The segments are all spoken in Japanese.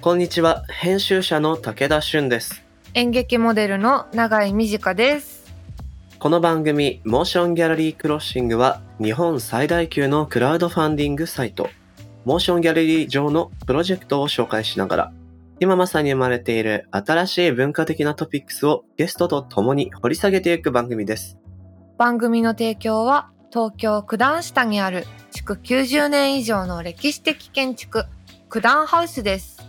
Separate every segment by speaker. Speaker 1: こんにちは編集者の武田俊です
Speaker 2: 演劇モデルの永井美智香です。
Speaker 1: この番組モーションギャラリークロッシングは日本最大級のクラウドファンディングサイトモーションギャラリー上のプロジェクトを紹介しながら今まさに生まれている新しい文化的なトピックスをゲストと共に掘り下げていく番組です
Speaker 2: 番組の提供は東京九段下にある築90年以上の歴史的建築九段ハウスです。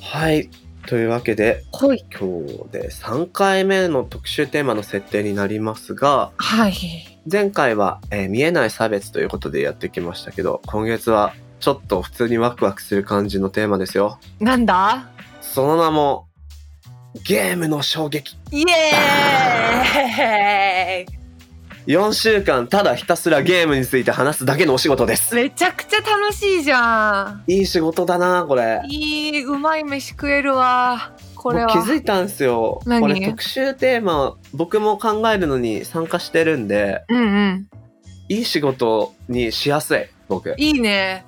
Speaker 1: はいというわけで
Speaker 2: はい。
Speaker 1: 今日で3回目の特集テーマの設定になりますが
Speaker 2: はい。
Speaker 1: 前回は、えー見えない差別ということでやってきましたけど今月はちょっと普通にワクワクする感じのテーマですよ
Speaker 2: なんだ
Speaker 1: その名もゲームの衝撃
Speaker 2: イエー
Speaker 1: 4週間ただひたすらゲームについて話すだけのお仕事です
Speaker 2: イめちゃくちゃ楽しいじゃ
Speaker 1: いい仕事だなこれ
Speaker 2: ん。いい、うまい飯食えるわ。これは。
Speaker 1: 僕気づいたんですよ
Speaker 2: 何
Speaker 1: これ特集テーマ僕も考えるのに参加してるんで
Speaker 2: うんうん。
Speaker 1: いい仕事にしやすい僕
Speaker 2: いい ね。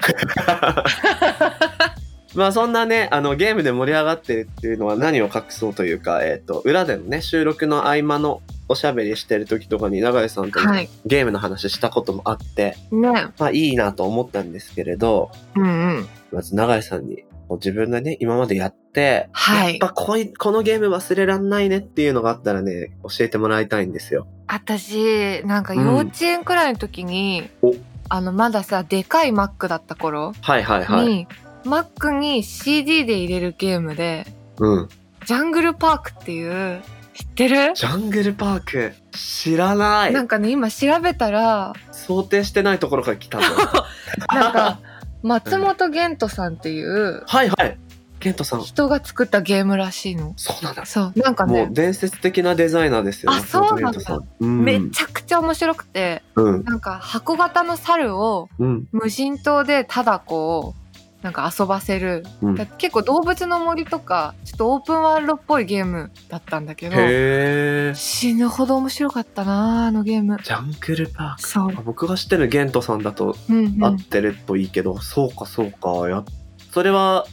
Speaker 1: まあそんなねあのゲームで盛り上がってるっていうのは何を隠そうというか、えっと裏でのね収録の合間のおしゃべりしてる時とかに永井さんとも
Speaker 2: はい。
Speaker 1: ゲームの話したこともあって、
Speaker 2: ね。
Speaker 1: まあいいなと思ったんですけれど
Speaker 2: うんうん。
Speaker 1: まず永井さんにこう自分がね今までやって、
Speaker 2: はい
Speaker 1: やっぱこいこのゲーム忘れらんないねっていうのがあったらね教えてもらいたいんですよ。
Speaker 2: 私なんか
Speaker 1: うん
Speaker 2: 幼稚園くらいの時に、
Speaker 1: お
Speaker 2: あのまださでかいマックだった頃
Speaker 1: はいはい
Speaker 2: に、
Speaker 1: はい。
Speaker 2: マックに CD で入れるゲームで
Speaker 1: うん。
Speaker 2: 「ジャングルパーク」っていう知ってる
Speaker 1: ジャングルパーク知らない
Speaker 2: なんかね今調べたら
Speaker 1: 想定してないところから来たの。
Speaker 2: な んか松本玄斗さんっていう
Speaker 1: はいはい。ケントさん
Speaker 2: 人が作ったゲームらしいの。
Speaker 1: そうなんだ。
Speaker 2: そうなんか
Speaker 1: もう
Speaker 2: ね
Speaker 1: 伝説的なデザイナーですよ。
Speaker 2: あそうなん
Speaker 1: 松本
Speaker 2: だ
Speaker 1: 明さうん
Speaker 2: めちゃくちゃ面白くて
Speaker 1: うん
Speaker 2: なんか箱型の猿を
Speaker 1: うん
Speaker 2: 無人島でただこうなんか遊ばせる
Speaker 1: うん。
Speaker 2: だ
Speaker 1: へ
Speaker 2: 結構動物の森とかちょっとオープンワールドっぽいゲームだったんだけど
Speaker 1: え。
Speaker 2: 死ぬほど面白かったなあのゲーム
Speaker 1: ジャングルパー
Speaker 2: そう
Speaker 1: ク。、僕が知ってるゲントさんだと
Speaker 2: うんうん
Speaker 1: 合ってるといいけど、そうかそうかや。それは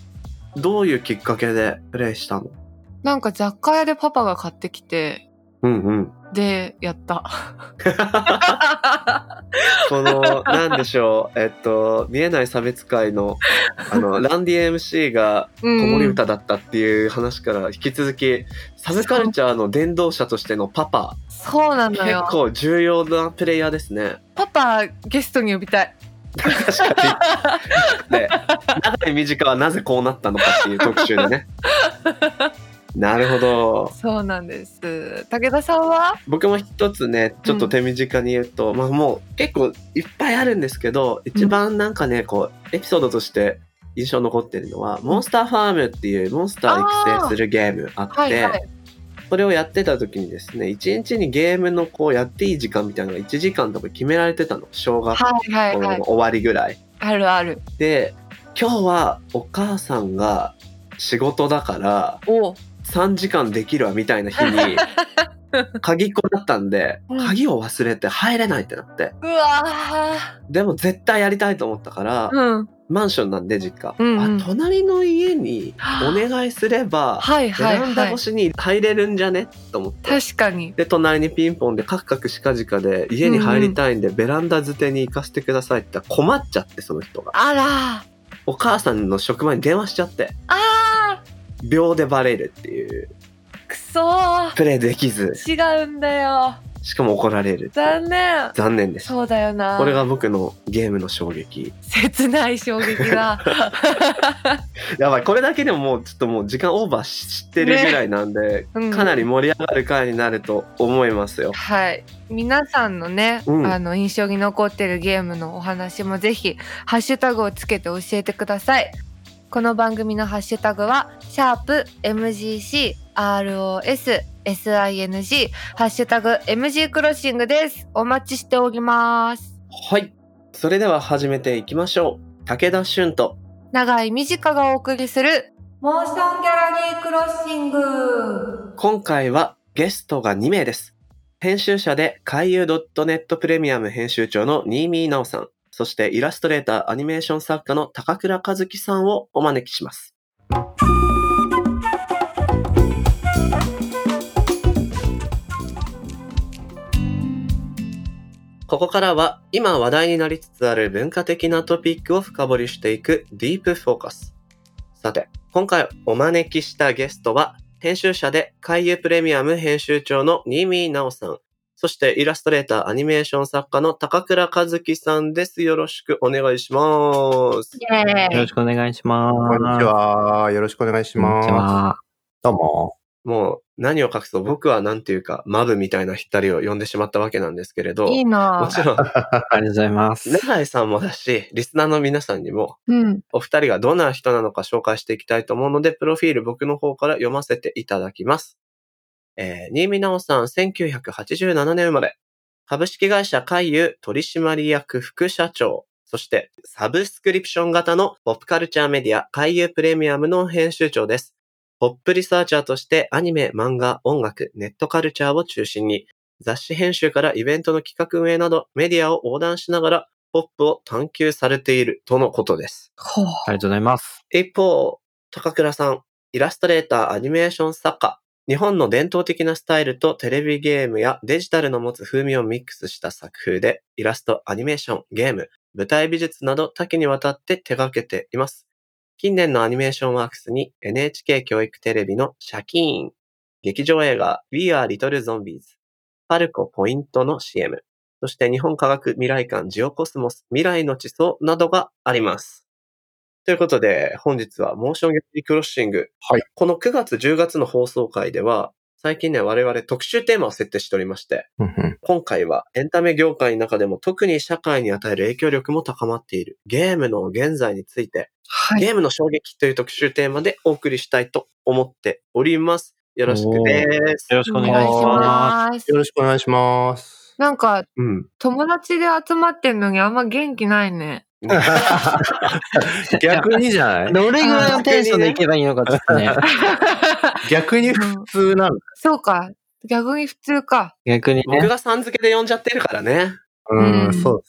Speaker 1: どういうきっかけでプレイしたの？
Speaker 2: なんか雑貨屋でパパが買ってきて
Speaker 1: うんうん。
Speaker 2: でやった
Speaker 1: こ のなんでしょう。えっと見えない差別界のあ のランディ MC が
Speaker 2: うん
Speaker 1: 子守歌だったっていう話から引き続きサブカルチャーの伝道者としてのパパ。
Speaker 2: そうなの
Speaker 1: 結
Speaker 2: よ
Speaker 1: 構重要なプレイヤーですね。
Speaker 2: パパゲストに呼びたい
Speaker 1: 確か に。で、長井短はなぜこうなったのかっていう特集で ね。なるほど。
Speaker 2: そうなんです武田さんは
Speaker 1: 僕も一つね、ちょっと手短に言うと、まあもう結構いっぱいあるんですけど、一番なんかね、こう、エピソードとして印象残ってるのは、モンスターファームっていうモンスターを育成するゲームあって、
Speaker 2: はいはい
Speaker 1: それをやってた時にですね、一日にゲームのこうやっていい時間みたいなのが1時間とか決められてたの。小学校
Speaker 2: はいはいは
Speaker 1: の
Speaker 2: い
Speaker 1: 終わりぐらい。
Speaker 2: あるある
Speaker 1: で今日はお母さんが仕事だから
Speaker 2: おう
Speaker 1: 3時間できるわみたいな日 に鍵っ子だったんで
Speaker 2: うん
Speaker 1: 鍵を忘れて入れないってなって
Speaker 2: うわー
Speaker 1: でも絶対やりたいと思ったから、
Speaker 2: うん
Speaker 1: マンションなんで実家、
Speaker 2: うんうん
Speaker 1: あ隣の家にお願いすれば
Speaker 2: はい
Speaker 1: ベ
Speaker 2: はい
Speaker 1: ランダ
Speaker 2: はい
Speaker 1: 越しに入れるんじゃねと思って。
Speaker 2: 確かに
Speaker 1: で隣にピンポンでカクカクしかじかで家に入りたいんでベランダ捨てに行かせてくださいって言ったら困っちゃってその人が
Speaker 2: あら
Speaker 1: お母さんの職場に電話しちゃって
Speaker 2: あ
Speaker 1: 秒でバレるっていう
Speaker 2: ーくそー
Speaker 1: プレイできず
Speaker 2: 違うんだよ
Speaker 1: しかも怒られるっていう
Speaker 2: 残念
Speaker 1: 残念です
Speaker 2: そうだよな
Speaker 1: これが僕のゲームの衝撃
Speaker 2: 切ない衝撃だ
Speaker 1: やばいこれだけでももうちょっともう時間オーバーしてるぐらいなんで、
Speaker 2: うん
Speaker 1: かなり盛り上がる回になると思いますよ
Speaker 2: はい皆さんのね、
Speaker 1: うん
Speaker 2: あの印象に残ってるゲームのお話もぜひハッシュタグをつけて教えてくださいこの番組のハッシュタグは「シャープ #MGC ROS SING」「ハッシュタグ #MG クロッシング」ですお待ちしております
Speaker 1: はいそれでは始めていきましょう武田俊と
Speaker 2: 長井美智香がお送りするモーションギャラリークロッシング
Speaker 1: 今回はゲストが2名です。編集者で海遊 .net プレミアム編集長の新見直さん、そしてイラストレーターアニメーション作家の高倉和樹さんをお招きします。ここからは今話題になりつつある文化的なトピックを深掘りしていくディープフォーカス。さて、今回お招きしたゲストは編集者で海遊プレミアム編集長の新見直さん。そしてイラストレーター、アニメーション作家の高倉和樹さんです。よろしくお願いします。
Speaker 2: イエ
Speaker 3: よろしくお願いします。
Speaker 4: こんにちは。よろしくお願いし
Speaker 3: こんにち
Speaker 4: ます。
Speaker 3: は。
Speaker 4: どうも。
Speaker 1: もう何を隠そう、僕はなんていうか、マブみたいな二人を呼んでしまったわけなんですけれど、
Speaker 2: いい
Speaker 1: も
Speaker 2: な
Speaker 1: ちろん、
Speaker 3: ありがとうございます。
Speaker 1: 永井さんもだし、リスナーの皆さんにも、
Speaker 2: うん。
Speaker 1: お二人がどんな人なのか紹介していきたいと思うので、プロフィール僕の方から読ませていただきます。えー、新見直さん、1987年生まれ。株式会社海遊取締役副社長。そして、サブスクリプション型のポップカルチャーメディア海遊プレミアムの編集長です。ポップリサーチャーとしてアニメ、漫画、音楽、ネットカルチャーを中心に、雑誌編集からイベントの企画運営などメディアを横断しながら、ポップを探求されているとのことです。
Speaker 2: ほう。
Speaker 3: ありがとうございます。
Speaker 1: 一方、高倉さん、イラストレーター、アニメーション作家、日本の伝統的なスタイルとテレビゲームやデジタルの持つ風味をミックスした作風で、イラスト、アニメーション、ゲーム、舞台美術など多岐にわたって手掛けています。近年のアニメーションワークスに NHK 教育テレビのシャキーン、劇場映画 We Are Little Zombies、パルコポイントの CM、そして日本科学未来館ジオコスモス未来の地層などがあります。ということで、本日はモーションギャラリークロッシング。
Speaker 4: はい
Speaker 1: この9月、10月の放送回では、最近ね、我々特集テーマを設定しておりまして、
Speaker 4: うんうん
Speaker 1: 今回はエンタメ業界の中でも特に社会に与える影響力も高まっているゲームの現在について、
Speaker 2: はい。
Speaker 1: ゲームの衝撃という特集テーマでお送りしたいと思っております。よろしくです。
Speaker 3: よろしくお願い
Speaker 4: お願い
Speaker 3: し
Speaker 2: ま
Speaker 3: ま
Speaker 4: し
Speaker 2: す
Speaker 4: よろしくお願いします。
Speaker 2: なんか、
Speaker 1: うん。
Speaker 2: 友達で集まってんのにあんま元気ないね。
Speaker 3: す。
Speaker 4: 逆にじゃない
Speaker 3: どれぐらいのテンションでいけばいいのかちょっとね、
Speaker 4: 逆に普通なの。
Speaker 2: そうか。逆に普通か。
Speaker 3: 逆に
Speaker 1: 僕
Speaker 3: ね、
Speaker 1: がさん付けで呼んじゃってるからね。
Speaker 4: うん、
Speaker 2: うん
Speaker 4: そう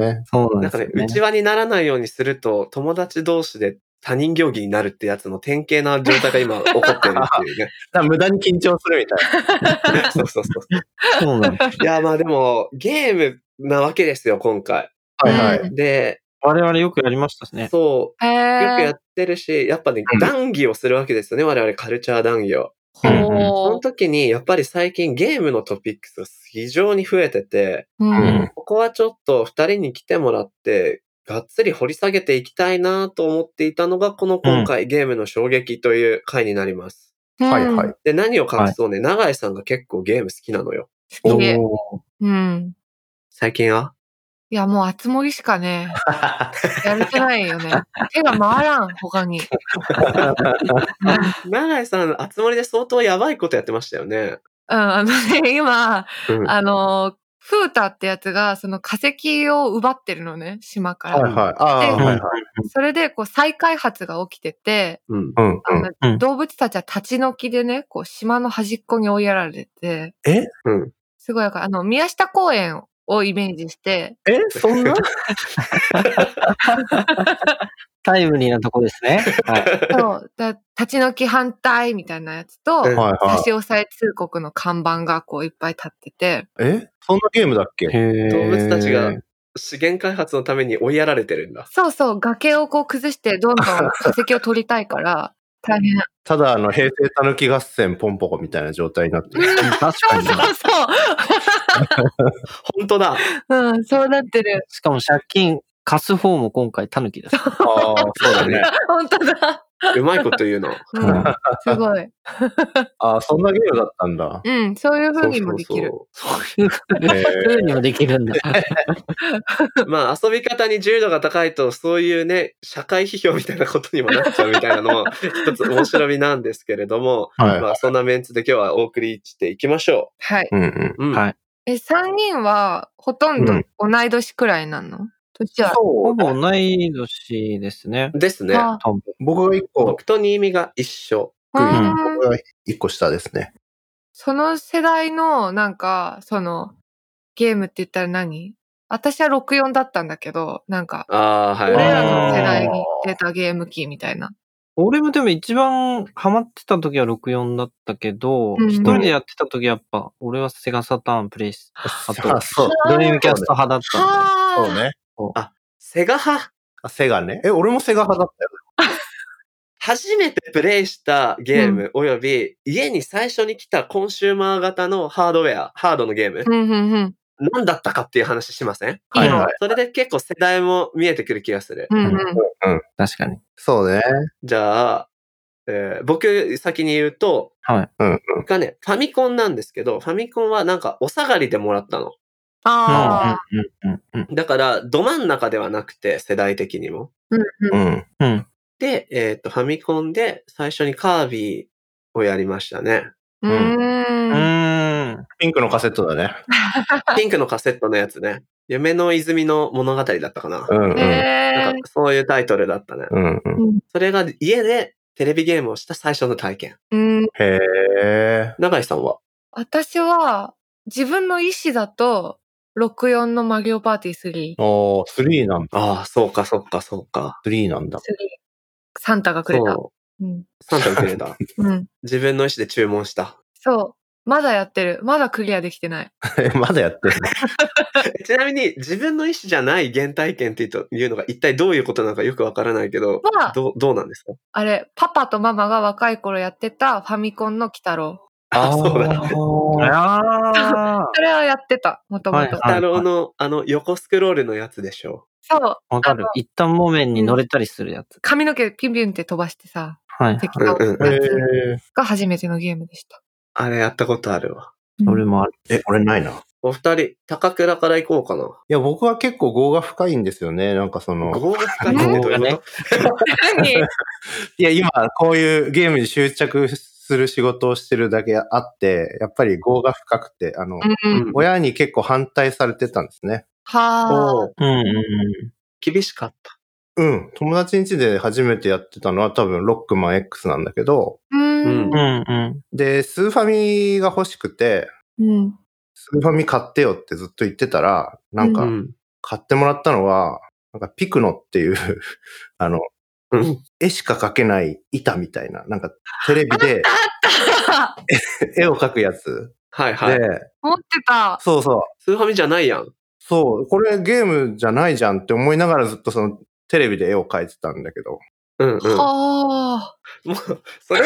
Speaker 4: ですね。
Speaker 3: そうな
Speaker 1: なんんか
Speaker 3: で
Speaker 1: ね、
Speaker 3: すよね。
Speaker 1: 内輪にならないようにすると、友達同士で他人行儀になるってやつの典型な状態が今起こってるって いうね。
Speaker 4: だから無駄に緊張するみたい
Speaker 1: そうそうそう。
Speaker 3: そうなんです。
Speaker 1: いや、まあでも、ゲームなわけですよ、今回。
Speaker 4: な。はいは
Speaker 2: う
Speaker 4: い。
Speaker 2: ん
Speaker 1: で、
Speaker 3: 我々よくやりましたしね。
Speaker 1: そ
Speaker 2: へ
Speaker 1: う、よく
Speaker 2: え。
Speaker 1: やってるし、やっぱね
Speaker 4: う、ん
Speaker 1: 談義をするわけですよね、我々カルチャー談義を。その
Speaker 2: ほ
Speaker 1: 時に、やっぱり最近ゲームのトピックスが非常に増えてて、
Speaker 2: う。う。
Speaker 4: うんん。
Speaker 1: ここはちょっと二人に来てもらって、がっつり掘り下げていきたいなと思っていたのが、この今回、ゲームの衝撃という回になります。
Speaker 4: はいはい。
Speaker 1: で、何を隠そうね、永井さんが結構ゲーム好きなのよ。
Speaker 2: うん。好き
Speaker 4: お
Speaker 2: うん。
Speaker 1: 最近 はい
Speaker 2: や、もう熱盛しかね、やれてないよね。手が回らん、他に。
Speaker 1: 永井さん、集まりで相当やばいことやってましたよね。
Speaker 2: うん、あのね、今、
Speaker 1: うん
Speaker 2: あの、フータってやつが、その化石を奪ってるのね、島か
Speaker 4: ーはい
Speaker 2: ら。
Speaker 4: はい。ああ、
Speaker 3: うん
Speaker 4: はいはい。
Speaker 2: それで、こう、再開発が起きてて、
Speaker 1: うん。
Speaker 4: うん
Speaker 2: あの
Speaker 3: うん
Speaker 2: 動物たちは立ち退きでね、こう、島の端っこに追いやられて、
Speaker 4: え
Speaker 1: うん
Speaker 2: すごい、だからあの、宮下公園をイメージして、
Speaker 4: え、そんな
Speaker 3: タイムリーなとこですね。 はい。
Speaker 2: そう、だ立ち退き反対みたいなやつと、
Speaker 1: うん
Speaker 4: はい
Speaker 2: 差
Speaker 4: は
Speaker 2: し押さえ通告の看板がこういっぱい立ってて、
Speaker 4: い。えそんなゲームだっけ
Speaker 1: 動
Speaker 3: 動
Speaker 1: 物たちが資源開発のために追いやられてるんだ。
Speaker 2: そうそう、崖をこう崩してどんどん化石を取りたい から、大変。
Speaker 4: ただ、あの、平成たぬき合戦ポンポコみたいな状態になってる。
Speaker 3: 確
Speaker 2: そ
Speaker 3: か
Speaker 2: う
Speaker 3: に
Speaker 2: そ。う
Speaker 1: 本当だ。
Speaker 2: そう。うん、そうなってる。
Speaker 3: しかも借金貸す方も今回タヌキ です。
Speaker 4: ああ、そうだ ね。
Speaker 2: 本当だ。
Speaker 1: うまいこと言うの。
Speaker 2: うん、すごい。
Speaker 4: ああ、そんなゲームだったんだ。
Speaker 2: うん、そういう風にもできる。
Speaker 1: そう
Speaker 3: そういう風にもできるんだ。
Speaker 1: そうそうまあ、遊び方に自由度が高いと、そういうね、社会批評みたいなことにもなっちゃうみたいなのも、一つ面白みなんですけれども、
Speaker 4: は
Speaker 1: まあ、そんなメンツで今日はお送りしていきましょ
Speaker 2: はい。
Speaker 4: い。うんうん。
Speaker 1: う。うん。
Speaker 3: はい
Speaker 2: え、3人はほとんど
Speaker 4: うん
Speaker 2: 同い年くらいなの、うちは。
Speaker 3: ほ
Speaker 1: そ
Speaker 3: ぼ同い年ですね。
Speaker 1: う。ですね。
Speaker 2: あ
Speaker 3: 多分。
Speaker 4: 僕が一個、
Speaker 1: 僕と新見が一緒。
Speaker 2: うーん
Speaker 4: 僕が一個下ですね。
Speaker 2: その世代の、なんか、その、ゲームって言ったら何私は64だったんだけど、なんか、
Speaker 1: ああ、はい。
Speaker 2: 俺ら
Speaker 3: あ
Speaker 2: の
Speaker 3: ー
Speaker 2: 世代に出たゲーム機みたいな。
Speaker 3: 俺もでも一番ハマってた時は64だったけど、
Speaker 2: うん
Speaker 3: 一、人でやってた時はやっぱ、俺はセガサターンプレイス、あ
Speaker 4: あ、
Speaker 3: と、
Speaker 4: そう。
Speaker 3: ドリームキャスト派だったん
Speaker 2: は
Speaker 3: で。
Speaker 4: そうね。
Speaker 1: セガ派、
Speaker 4: あセガね。え、俺もセガ派だったよ。
Speaker 1: 初めてプレイしたゲーム、および、家に最初に来たコンシューマー型のハードウェア、ハードのゲーム
Speaker 2: う、んうんうん。
Speaker 1: 何だったかっていう話しません
Speaker 2: いい
Speaker 3: は
Speaker 2: の
Speaker 3: い。
Speaker 1: それで結構世代も見えてくる気がする。
Speaker 2: うんうん。
Speaker 3: 確かに。
Speaker 4: そうね。
Speaker 1: じゃあ、えー僕先に言うと、
Speaker 3: はい。
Speaker 4: うんうん。
Speaker 1: 僕はね、ファミコンなんですけど、ファミコンはなんかお下がりでもらったの。
Speaker 2: ああ。
Speaker 3: うん、うん、うん、
Speaker 1: だから、ど真ん中ではなくて、世代的にも。
Speaker 2: うんうん
Speaker 4: うん。
Speaker 3: うん。
Speaker 1: で、えっ、と、ファミコンで最初にカービィをやりました ね。
Speaker 2: う。
Speaker 3: うんーん。
Speaker 4: ピンクのカセットだね。
Speaker 1: ピンクのカセットのやつね。夢の泉の物語だったかな。
Speaker 4: うんうん。
Speaker 1: な
Speaker 2: へ
Speaker 1: んかそういうタイトルだったね。
Speaker 4: うんうん。
Speaker 1: それが家でテレビゲームをした最初の体験。
Speaker 2: え。うん。
Speaker 4: へえ。
Speaker 1: 永井さんは
Speaker 2: 私は、自分の意思だと、64のマリオパーティー3。
Speaker 4: おー、3なんだ。
Speaker 1: ああ、そうか、そうか、そうか。
Speaker 4: 3なんだ。
Speaker 2: 3サンタがくれた。
Speaker 1: そう
Speaker 2: うん。
Speaker 1: う。サンタくれた。
Speaker 2: うん。
Speaker 1: 自分の意思で注文した。
Speaker 2: そう。まだやってる。まだクリアできてない。
Speaker 4: えまだやってる
Speaker 1: ちなみに、自分の意思じゃない原体験っていうというのが一体どういうことなのかよくわからないけど、
Speaker 2: まあ
Speaker 1: どうどうなんですか
Speaker 2: あれ、パパとママが若い頃やってたファミコンの鬼太郎。
Speaker 1: あそうだ。
Speaker 3: ああ。
Speaker 2: それはやってた、もとも
Speaker 3: はい
Speaker 2: と。
Speaker 1: 太郎のあの横スクロールのやつでしょ
Speaker 2: そう。
Speaker 3: わかる。一旦木綿に乗れたりするやつ。
Speaker 2: 髪の毛ピュンピュンって飛ばしてさ、
Speaker 3: はい。
Speaker 2: 敵倒す
Speaker 1: うん
Speaker 2: やつ
Speaker 4: え。
Speaker 2: が初めてのゲームでした。
Speaker 1: う。あれやったことあるわ。
Speaker 3: 俺もある。
Speaker 4: え、俺ないな。い
Speaker 1: お二人、高倉から行こうかな。
Speaker 4: や、僕は結構語が深いんですよね。なんかその。
Speaker 1: 語が深いってどういうこと
Speaker 2: 何
Speaker 4: いや、今、こういうゲームに執着する仕事をしてるだけあって、やっぱり語が深くて、あの、
Speaker 2: うん
Speaker 1: うん
Speaker 4: 親に結構反対されてたんですね。
Speaker 2: はあ。
Speaker 1: おう
Speaker 3: うん、うん、
Speaker 1: 厳しかった。
Speaker 4: うん。友達ん家で初めてやってたのは多分ロックマン X なんだけど、
Speaker 2: う
Speaker 1: うん
Speaker 2: ん
Speaker 3: うん。うん、うん。
Speaker 4: で、スーファミが欲しくて、
Speaker 2: うん。
Speaker 4: スーファミ買ってよってずっと言ってたら、なん
Speaker 1: う
Speaker 4: か、
Speaker 1: ん。
Speaker 4: 買ってもらったのは、なんかピクノっていう、 あの、
Speaker 1: うん
Speaker 4: 絵しか描けない板みたいな、なんかテレ ビで絵を描くやつ
Speaker 1: はい
Speaker 4: で、
Speaker 1: はい。
Speaker 2: 持ってた。
Speaker 4: そうそう、
Speaker 1: スーファミじゃないやん。
Speaker 4: そう、これゲームじゃないじゃんって思いながらずっとそのテレビで絵を描いてたんだ けど、
Speaker 1: うんうん。
Speaker 2: はあ。
Speaker 1: もう、それ、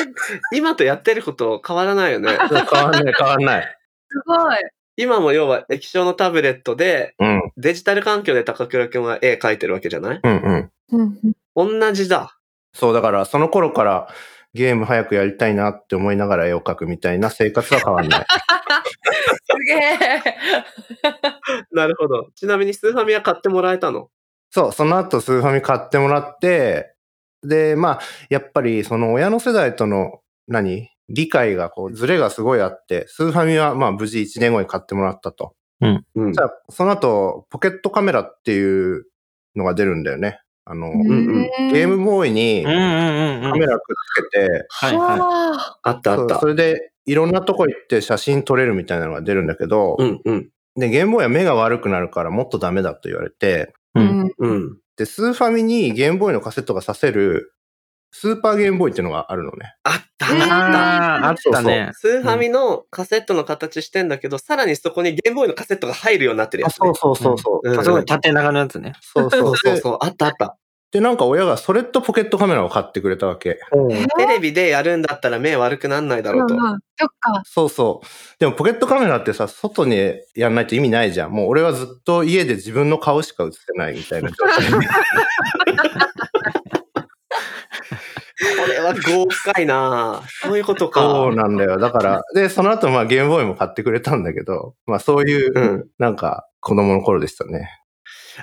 Speaker 1: 今とやってること変わらないよね。
Speaker 4: 変わんない変わんない。
Speaker 2: すごい。
Speaker 1: 今も要は液晶のタブレットで、
Speaker 4: うん、
Speaker 1: デジタル環境で高倉くんは絵描いてるわけじゃない
Speaker 4: うん、う ん。
Speaker 2: うん
Speaker 1: 同じだ。
Speaker 4: そう、だからその頃からゲーム早くやりたいなって思いながら絵を描くみたいな生活は変わ んない。
Speaker 2: すげえ。
Speaker 1: なるほど。ちなみにスーファミは買ってもらえたの。
Speaker 4: そう、その後スーファミ買ってもらって、で、まあ、やっぱりその親の世代との、何理解がこう、ズレがすごいあって、スーファミはまあ無事1年後に買ってもらったと。
Speaker 1: うん
Speaker 4: じゃあ、その後、ポケットカメラっていうのが出るんだよね。あの、
Speaker 1: ん
Speaker 4: ゲームボーイに
Speaker 3: うん、うん、
Speaker 4: カ
Speaker 3: うん。
Speaker 4: メラくっつけて、
Speaker 3: はい、は
Speaker 2: は
Speaker 1: あったあ
Speaker 4: そ
Speaker 1: っ
Speaker 4: う
Speaker 1: た
Speaker 4: そ。れでいろんなとこ行って写真撮れるみたいなのが出るんだけど、
Speaker 1: うんうん
Speaker 4: で、ゲームボーイは目が悪くなるからもっとダメだと言われて、
Speaker 3: い。
Speaker 2: う
Speaker 3: うんん。
Speaker 1: うん。
Speaker 4: で、スーファミにゲームボーイのカセットがさせる、スーパーゲームボーイっていうのがあるのね。
Speaker 1: あった
Speaker 2: うん
Speaker 1: あった。
Speaker 3: ああ、あったね。
Speaker 1: スーファミのカセットの形してんだけど、さらにそこにゲームボーイのカセットが入るようになってるやつ、ね。
Speaker 4: そう
Speaker 3: そう
Speaker 4: そ
Speaker 1: うん
Speaker 3: すごい縦長のやつね。
Speaker 4: そう
Speaker 1: そ
Speaker 4: そう
Speaker 1: うそう
Speaker 4: で。
Speaker 1: そう。あったあった。
Speaker 4: で、なんか親がそれとポケットカメラを買ってくれたわけ。
Speaker 1: テレビでやるんだったら目悪くなんないだ
Speaker 2: うん
Speaker 1: ろうと。
Speaker 2: うん。そっか。
Speaker 4: そうそう。でもポケットカメラってさ、外にやんないと意味ないじゃん。もう俺はずっと家で自分の顔しか映せないみたいな状態で。
Speaker 1: これは豪快なそういうことか。
Speaker 4: そうなんだよ。だから、で、その後まあゲームボーイも買ってくれたんだけど、まあそういうう、
Speaker 1: ん。
Speaker 4: なんか子供の頃でしたね。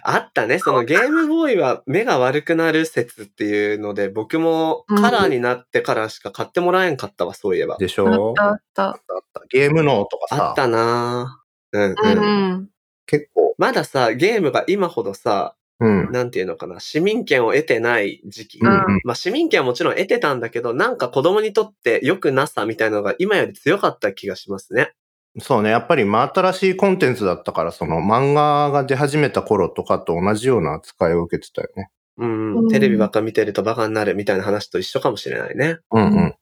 Speaker 1: あったね。そのゲームボーイは目が悪くなる説っていうので、僕もカラーになってからしか買ってもらえんかったわ、そういえば。
Speaker 4: でし
Speaker 2: あ
Speaker 4: ょ
Speaker 2: ったあった。
Speaker 4: あったゲーム脳とか
Speaker 1: あ
Speaker 4: さ
Speaker 1: っ、たなぁうん
Speaker 2: う
Speaker 1: うん。
Speaker 2: ん。
Speaker 4: 結構、
Speaker 1: まださ、ゲームが今ほどさ、
Speaker 4: うん。
Speaker 1: なんていうのかな、市民権を得てない時期。
Speaker 4: うんうん
Speaker 1: まあ市民権はもちろん得てたんだけど、なんか子供にとって良くなさみたいなのが今より強かった気がしますね。
Speaker 4: そうね。やっぱり真新しいコンテンツだったから、その漫画が出始めた頃とかと同じような扱いを受けてたよね。
Speaker 1: うん、
Speaker 2: うん
Speaker 1: テレビばっか見てるとバカになるみたいな話と一緒かもしれないね。
Speaker 4: うんうん。
Speaker 2: うん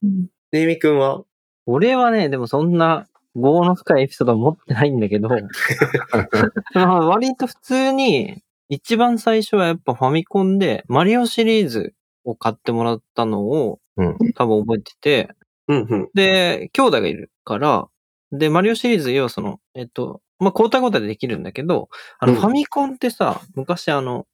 Speaker 1: ねみくんは
Speaker 3: 俺はね、でもそんな、業の深いエピソードは持ってないんだけど、まあ割と普通に、一番最初はやっぱファミコンで、マリオシリーズを買ってもらったのを、
Speaker 4: うん
Speaker 3: 多分覚えてて、
Speaker 1: うんうん。
Speaker 3: で、兄弟がいるから、で、マリオシリーズ、要はその、えっと、まあ、交代交代でできるんだけど、あの、
Speaker 1: うん
Speaker 3: ファミコンってさ、昔あの、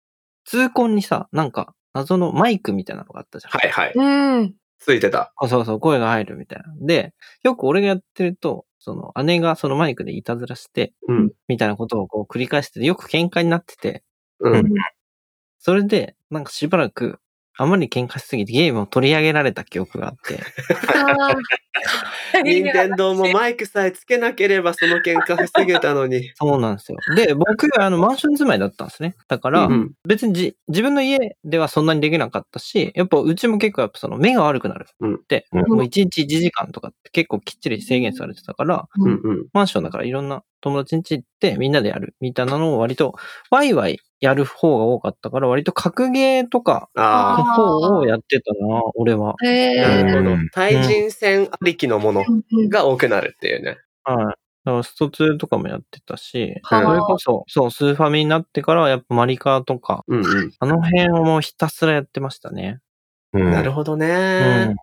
Speaker 3: 痛恨にさ、なんか、謎のマイクみたいなのがあったじゃん。
Speaker 1: はいはい。
Speaker 2: うん。
Speaker 1: ついてた。
Speaker 3: あそうそう、声が入るみたいな。で、よく俺がやってると、その、姉がそのマイクでいたずらして、
Speaker 1: うん
Speaker 3: みたいなことをこう繰り返してて、よく喧嘩になってて、
Speaker 1: う
Speaker 4: うんん。
Speaker 3: それで、なんかしばらく、あまり喧嘩しすぎてゲームを取り上げられた記憶が あって、
Speaker 2: あー
Speaker 1: 任天堂もマイクさえつけなければその喧嘩防げたのに。
Speaker 3: そうなんですよ。で、僕、あの、マンション住まいだったんですね。だから、
Speaker 1: うん
Speaker 3: 別にじ自分の家ではそんなにできなかったし、やっぱうちも結構やっぱその目が悪くなる
Speaker 1: うん
Speaker 3: って、
Speaker 4: う
Speaker 3: もう
Speaker 4: ん
Speaker 3: 1日1時間とかって結構きっちり制限されてたから、
Speaker 1: うんうん。
Speaker 3: マンションだからいろんな友達ん家行ってみんなでやるみたいなのを割とワイワイやる方が多かったから、割と格ゲーとかの
Speaker 1: あ
Speaker 3: 方をやってたな、俺は。
Speaker 1: あ。
Speaker 2: へ
Speaker 1: な
Speaker 2: え。
Speaker 1: るほ
Speaker 4: う
Speaker 1: ど
Speaker 4: ん。
Speaker 1: 対人戦ありきのものが多くなるっていうね。
Speaker 3: はい。だからスト2とかもやってたし、
Speaker 1: は
Speaker 3: そ
Speaker 1: い
Speaker 3: れこそ、そう、スーファミになってからはやっぱマリカーとか、
Speaker 1: うんう
Speaker 3: あの辺をもうひたすらやってましたね。
Speaker 4: うん
Speaker 1: ん。なるほどね。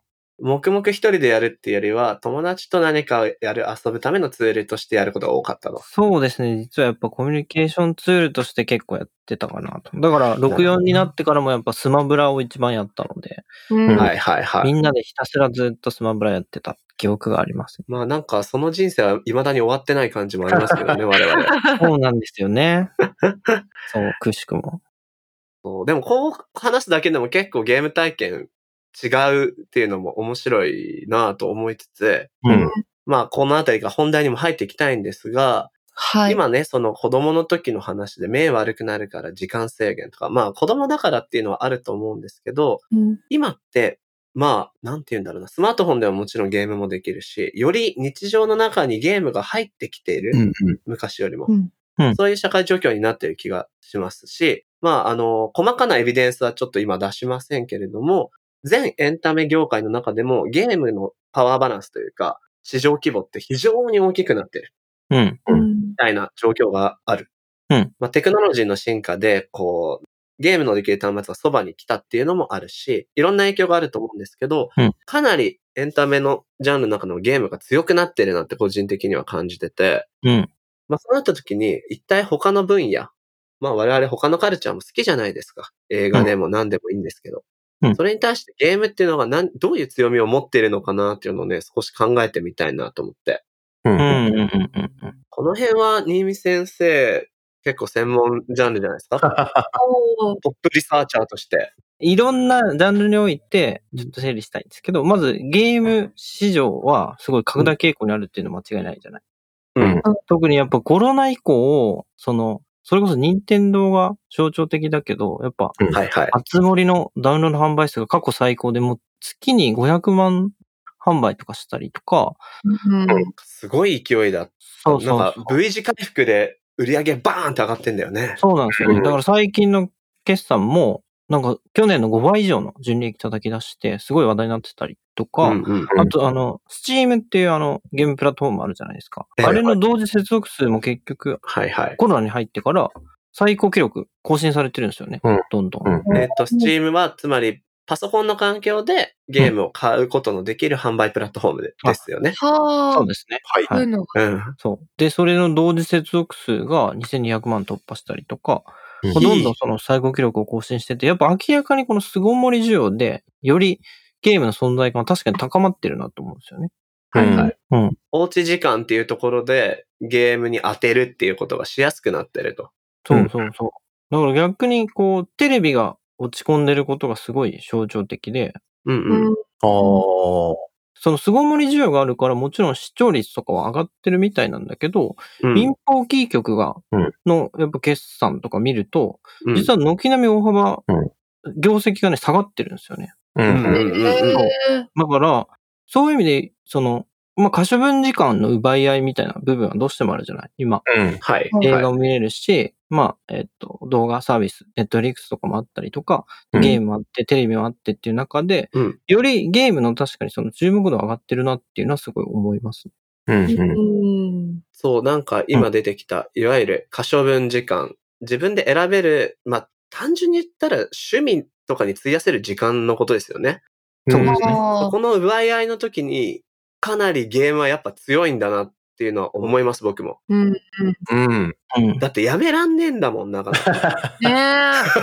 Speaker 1: 黙々一人でやるっていうよりは、友達と何かをやる、遊ぶためのツールとしてやることが多かったの。
Speaker 3: そうですね。実はやっぱコミュニケーションツールとして結構やってたかなと。だから64になってからもやっぱスマブラを一番やったので、
Speaker 2: うん
Speaker 1: はいはいはい
Speaker 3: み。んなでひたすらずっとスマブラやってた記憶があります。
Speaker 1: まあなんかその人生は未だに終わってない感じもありますけどね、我々。
Speaker 3: そうなんですよ ね。そう、くしくも。
Speaker 1: そうでもこう話すだけでも結構ゲーム体験違うっていうのも面白いなぁと思いつつ、
Speaker 4: うん。
Speaker 1: まあこのあたりが本題にも入っていきたいんですが、
Speaker 2: はい。
Speaker 1: 今ね、その子供の時の話で目悪くなるから時間制限とか、まあ子供だからっていうのはあると思うんですけど、
Speaker 2: うん
Speaker 1: 今って、まあ、なんて言うんだろうな、スマートフォンではもちろんゲームもできるし、より日常の中にゲームが入ってきている、
Speaker 4: うんうん。
Speaker 1: 昔よりも
Speaker 2: うん。
Speaker 3: うん
Speaker 1: そういう社会状況になっている気がしますし、まあ、あの、細かなエビデンスはちょっと今出しませんけれども、全エンタメ業界の中でもゲームのパワーバランスというか、市場規模って非常に大きくなっている。
Speaker 3: うん。
Speaker 2: うん
Speaker 1: みたいな状況がある。
Speaker 3: うん
Speaker 1: まあ、テクノロジーの進化で、こう、ゲームのできる端末がそばに来たっていうのもあるし、いろんな影響があると思うんですけど、
Speaker 3: うん
Speaker 1: かなりエンタメのジャンルの中のゲームが強くなってるなって個人的には感じてて、
Speaker 3: うん。
Speaker 1: まあ、そうなった時に、一体他の分野、まあ我々他のカルチャーも好きじゃないですか。映画でも何でもいいんですけど。
Speaker 3: うん
Speaker 1: それに対してゲームっていうのが何、どういう強みを持っているのかなっていうのをね、少し考えてみたいなと思って。
Speaker 4: う。
Speaker 3: うん。うんん。うん。うん。
Speaker 1: この辺は、新見先生、結構専門ジャンルじゃないですか。
Speaker 2: おー
Speaker 1: トップリサーチャーとして。
Speaker 3: いろんなジャンルにおいて、ちょっと整理したいんですけど、まずゲーム市場はすごい拡大傾向にあるっていうのは間違いないじゃない。
Speaker 1: うん
Speaker 3: 特にやっぱコロナ以降、その、それこそ任天堂が象徴的だけど、やっぱ
Speaker 4: うん
Speaker 1: はいはい。
Speaker 3: 熱盛のダウンロード販売数が過去最高でもう月に500万販売とかしたりとか、
Speaker 2: うん
Speaker 1: すごい勢いだ。
Speaker 3: そうそう
Speaker 1: なん
Speaker 3: そ
Speaker 1: か
Speaker 3: う、
Speaker 1: V 字回復で売り上げバーンって上がってんだよね。
Speaker 3: そうなんですよ
Speaker 1: う
Speaker 3: ね。
Speaker 1: ん
Speaker 3: だから最近の決算も、なんか去年の5倍以上の純利益叩き出して、すごい話題になってたりとか、
Speaker 1: うんうん。
Speaker 4: うん
Speaker 3: あと、あの、Steam っていうあの、ゲームプラットフォームあるじゃないですか。
Speaker 1: ええ
Speaker 3: あれの同時接続数も結局、
Speaker 1: はいはい。
Speaker 3: コロナに入ってから最高記録更新されてるんですよね。
Speaker 4: うん
Speaker 3: どんどん。
Speaker 4: うん
Speaker 1: えっと、スチームは、つまり、パソコンの環境でゲームを買うことのできる販売プラットフォームで
Speaker 3: うん
Speaker 1: ですよね。
Speaker 2: はあ。
Speaker 3: そうですね。
Speaker 4: はい
Speaker 2: こういうのが
Speaker 1: うん。
Speaker 3: そう。で、それの同時接続数が2200万突破したりとか、
Speaker 4: うん
Speaker 3: どんどんその最高記録を更新してて、やっぱ明らかにこの巣ごもり需要で、よりゲームの存在感は確かに高まってるなと思うんですよね。
Speaker 1: はいはい。
Speaker 3: うん。
Speaker 1: おうち時間っていうところで、ゲームに当てるっていうことがしやすくなってると。
Speaker 3: そうそうそう。だから逆にこう、テレビが落ち込んでることがすごい象徴的で、
Speaker 1: うんうん。
Speaker 2: うん
Speaker 4: ああ。
Speaker 3: その凄盛り需要があるから、もちろん視聴率とかは上がってるみたいなんだけど、民放キー局が
Speaker 4: うん、
Speaker 3: の、やっぱ決算とか見ると、
Speaker 1: うん、
Speaker 3: 実は軒並み大幅
Speaker 4: うん、
Speaker 3: 業績がね、下がってるんですよね。
Speaker 4: う
Speaker 1: うんうん
Speaker 4: ん。
Speaker 1: うんうん
Speaker 2: え
Speaker 3: だから、そういう意味で、その、まあ、可処分時間の奪い合いみたいな部分はどうしてもあるじゃない今、
Speaker 4: うん。
Speaker 1: はい。
Speaker 3: 映
Speaker 1: は
Speaker 3: 画
Speaker 1: い
Speaker 3: も見れるし、まあ、えっと、動画サービス、ネットフリックスとかもあったりとか、
Speaker 4: うん
Speaker 3: ゲームもあって、テレビもあってっていう中で、
Speaker 1: うん
Speaker 3: よりゲームの確かにその注目度が上がってるなっていうのはすごい思います。
Speaker 4: うん
Speaker 2: ー
Speaker 4: うん。
Speaker 2: うん
Speaker 1: そう、なんか今出てきた、いわゆる可処分時間。自分で選べる、まあ、単純に言ったら趣味とかに費やせる時間のことですよね。
Speaker 4: そう
Speaker 3: ですね
Speaker 2: あー
Speaker 1: この奪い合いの時に、かなりゲームはやっぱ強いんだなっていうのは思います、僕も。
Speaker 2: うんね
Speaker 4: うん。
Speaker 3: うん。
Speaker 1: だってやめらんねえんだもん、なかなか。
Speaker 2: え。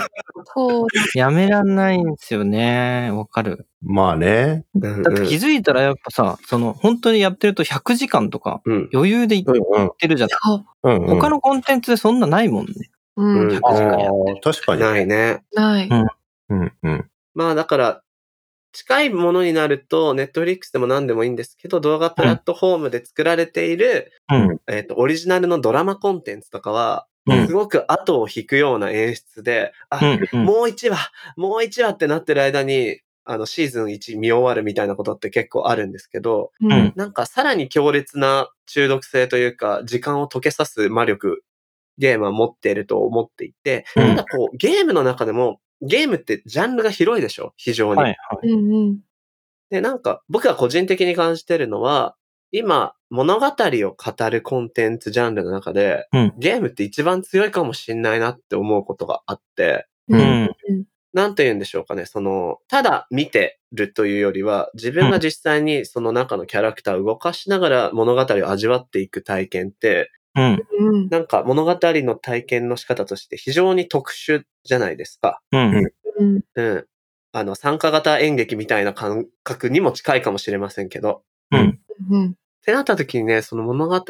Speaker 2: そうだ
Speaker 3: やめらんないんですよね。わかる。
Speaker 4: まあね。
Speaker 1: うん
Speaker 3: だって気づいたらやっぱさ、その、本当にやってると100時間とか
Speaker 1: うん。
Speaker 3: 余裕でいっ
Speaker 4: うん
Speaker 3: てるじゃない。
Speaker 2: よ。
Speaker 4: うん。
Speaker 3: 他のコンテンツでそんなないもんね。
Speaker 2: うん、
Speaker 1: うん
Speaker 4: あ
Speaker 3: 確かにやって
Speaker 4: ー確かに。
Speaker 1: ないね。
Speaker 2: ない。
Speaker 4: うんうん。
Speaker 1: まあだから、近いものになると、ネットフリックスでも何でもいいんですけど、動画プラットフォームで作られている、
Speaker 3: うん
Speaker 1: えっ、と、オリジナルのドラマコンテンツとかは、
Speaker 3: うん
Speaker 1: すごく後を引くような演出で、あ、
Speaker 3: うんうん。
Speaker 1: もう一話、もう一話ってなってる間に、あの、シーズン1見終わるみたいなことって結構あるんですけど、
Speaker 2: うんん。
Speaker 1: なんかさらに強烈な中毒性というか、時間を溶けさす魔力、ゲームは持っていると思っていて、
Speaker 3: うん
Speaker 1: ただこう、ゲームの中でも、ゲームってジャンルが広いでしょ非常に。
Speaker 3: はいはい。
Speaker 2: うんうん。
Speaker 1: で、なんか、僕が個人的に感じてるのは、今、物語を語るコンテンツジャンルの中で、
Speaker 3: うん
Speaker 1: ゲームって一番強いかもしんないなって思うことがあって、
Speaker 3: う
Speaker 2: うん。
Speaker 3: ん。
Speaker 1: なんて言うんでしょうかね、その、ただ見てるというよりは、自分が実際にその中のキャラクターを動かしながら物語を味わっていく体験って、
Speaker 3: うん。
Speaker 2: うん。
Speaker 1: なんか物語の体験の仕方として非常に特殊じゃないですか。
Speaker 3: うん。
Speaker 2: うん。
Speaker 1: うん。あの、参加型演劇みたいな感覚にも近いかもしれませんけど、
Speaker 3: うん。
Speaker 2: うん。
Speaker 1: ってなった時にね、その物語